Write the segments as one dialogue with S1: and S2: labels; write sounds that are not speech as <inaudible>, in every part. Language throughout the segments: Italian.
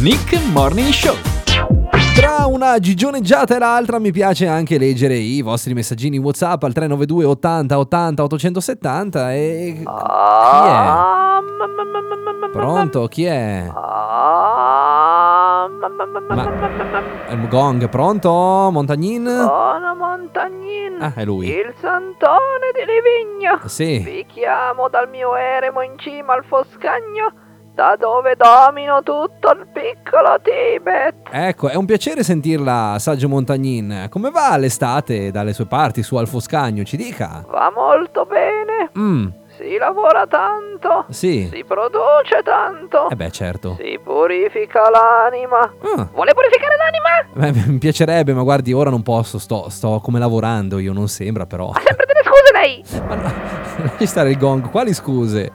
S1: Nick Morning Show.
S2: Tra una gigioneggiata e l'altra mi piace anche leggere i vostri messaggini WhatsApp al 392 80 80 870 e...
S3: Ah, ma- ma- ma- ma- ma- ma-
S2: Pronto? Chi è?
S3: Ah, ma- ma- ma- ma-
S2: Ma-
S3: ma- ma- ma-
S2: È il Gong, pronto? Montagnin?
S3: Buona Montagnin.
S2: Ah, è lui. Ah,
S3: Il santone di Livigno.
S2: Sì.
S3: Vi chiamo dal mio eremo in cima al Foscagno, da dove domino tutto il piccolo Tibet.
S2: Ecco, è un piacere sentirla, Saggio Montagnin. Come va l'estate dalle sue parti su Alfoscagno? Ci dica.
S3: Va molto bene,
S2: Mm,
S3: si lavora tanto,
S2: sì.
S3: si produce tanto,
S2: Eh beh, certo.
S3: si purifica l'anima.
S2: Ah,
S3: Vuole purificare l'anima?
S2: beh, mi piacerebbe, ma guardi, ora non posso, sto, sto come lavorando, io non sembra però.
S3: Ha sempre delle scuse lei!
S2: Ma no, <laughs> lasci stare il gong, quali scuse?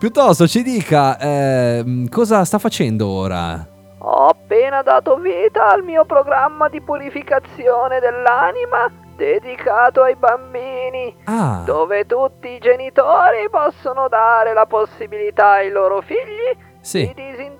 S2: Piuttosto ci dica ehm, cosa sta facendo ora.
S3: Ho appena dato vita al mio programma di purificazione dell'anima dedicato ai bambini,
S2: Ah,
S3: dove tutti i genitori possono dare la possibilità ai loro figli di
S2: sì.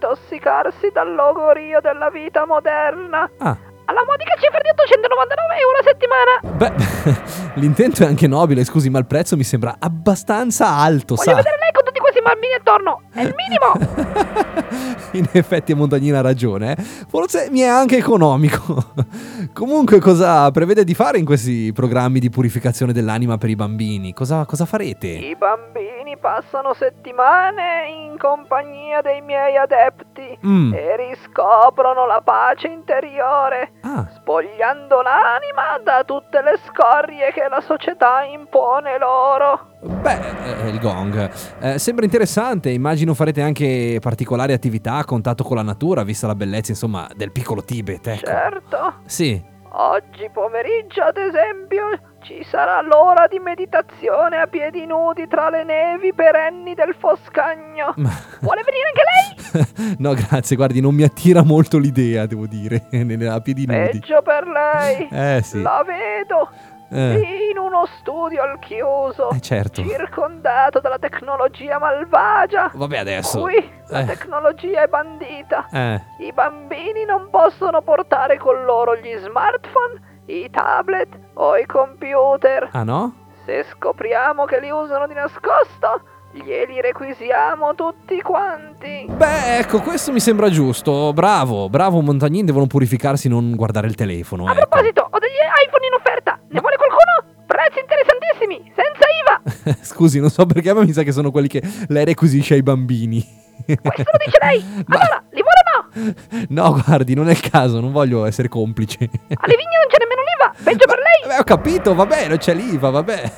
S3: disintossicarsi dal logorio della vita moderna.
S2: Ah,
S3: Alla modica cifra di 899 euro a settimana!
S2: beh, <laughs> l'intento è anche nobile, scusi, ma il prezzo mi sembra abbastanza alto,
S3: Voglio
S2: sa?
S3: vedere lei con tutti questi bambini attorno! È il
S2: <laughs>
S3: minimo!
S2: In effetti Montagnina ha ragione, eh. forse mi è anche economico. <laughs> Comunque cosa prevede di fare in questi programmi di purificazione dell'anima per i bambini? Cosa, cosa farete?
S3: I bambini passano settimane in compagnia dei miei adepti.
S2: Mm.
S3: e riscoprono la pace interiore,
S2: Ah,
S3: spogliando l'anima da tutte le scorie che la società impone loro.
S2: beh, eh, il gong. Eh, sembra interessante, immagino farete anche particolari attività a contatto con la natura, vista la bellezza, insomma, del piccolo Tibet, ecco.
S3: Certo,
S2: Sì. <laughs>
S3: oggi pomeriggio, ad esempio, ci sarà l'ora di meditazione a piedi nudi tra le nevi perenni del Foscagno.
S2: <laughs> Ma-
S3: Vuole venire anche lei?
S2: no, grazie, guardi, non mi attira molto l'idea, devo dire, <laughs> a piedi <laughs> nudi.
S3: Peggio per lei.
S2: <laughs> Eh sì.
S3: La vedo
S2: Eh,
S3: in uno studio al chiuso,
S2: eh, certo.
S3: circondato dalla tecnologia malvagia.
S2: Vabbè adesso.
S3: Qui la
S2: Eh.
S3: tecnologia è bandita.
S2: Eh.
S3: I bambini non possono portare con loro gli smartphone, i tablet o i computer.
S2: Ah no?
S3: Se scopriamo che li usano di nascosto, glieli requisiamo tutti quanti.
S2: Beh, ecco, questo mi sembra giusto. Bravo, bravo Montagnin, devono purificarsi, non guardare il telefono.
S3: A
S2: ecco.
S3: proposito, ho degli iPhone in offerta. Ne vuole qualcuno? Prezzi interessantissimi, senza
S2: <laughs>
S3: IVA.
S2: Scusi, non so perché, ma mi sa che sono quelli che lei requisisce ai bambini.
S3: Questo lo dice lei.
S2: Ma-
S3: Allora, li vuole o no?
S2: No, guardi, non è il caso, non voglio essere complice.
S3: A Livigno non c'è nemmeno l'IVA. Peggio per lei.
S2: Beh, ho capito, vabbè, non c'è l'IVA, vabbè.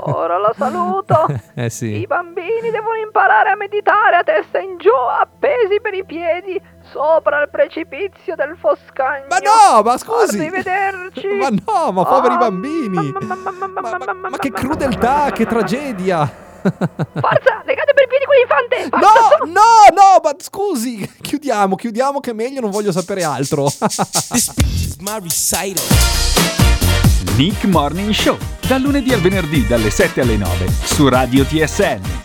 S3: Ora la saluto.
S2: <laughs> Eh
S3: I
S2: sì.
S3: bambini devono imparare a meditare a testa in giù, appesi per i piedi, sopra il precipizio del Foscagno.
S2: Ma no, ma scusi.
S3: Arrivederci.
S2: <laughs> Ma no, ma poveri
S3: Ah,
S2: bambini.
S3: ma- ma- ma- ma-
S2: Ma- ma-
S3: ma-
S2: ma che
S3: ma-
S2: crudeltà,
S3: ma-
S2: che
S3: ma-
S2: tragedia.
S3: Forza, legate per i piedi quell'infante. Forza,
S2: No,
S3: su.
S2: no, no, ma scusi, chiudiamo, chiudiamo che è meglio, non voglio sapere altro.
S1: Nick Morning Show. Dal lunedì al venerdì dalle 7 alle 9 su Radio TSN.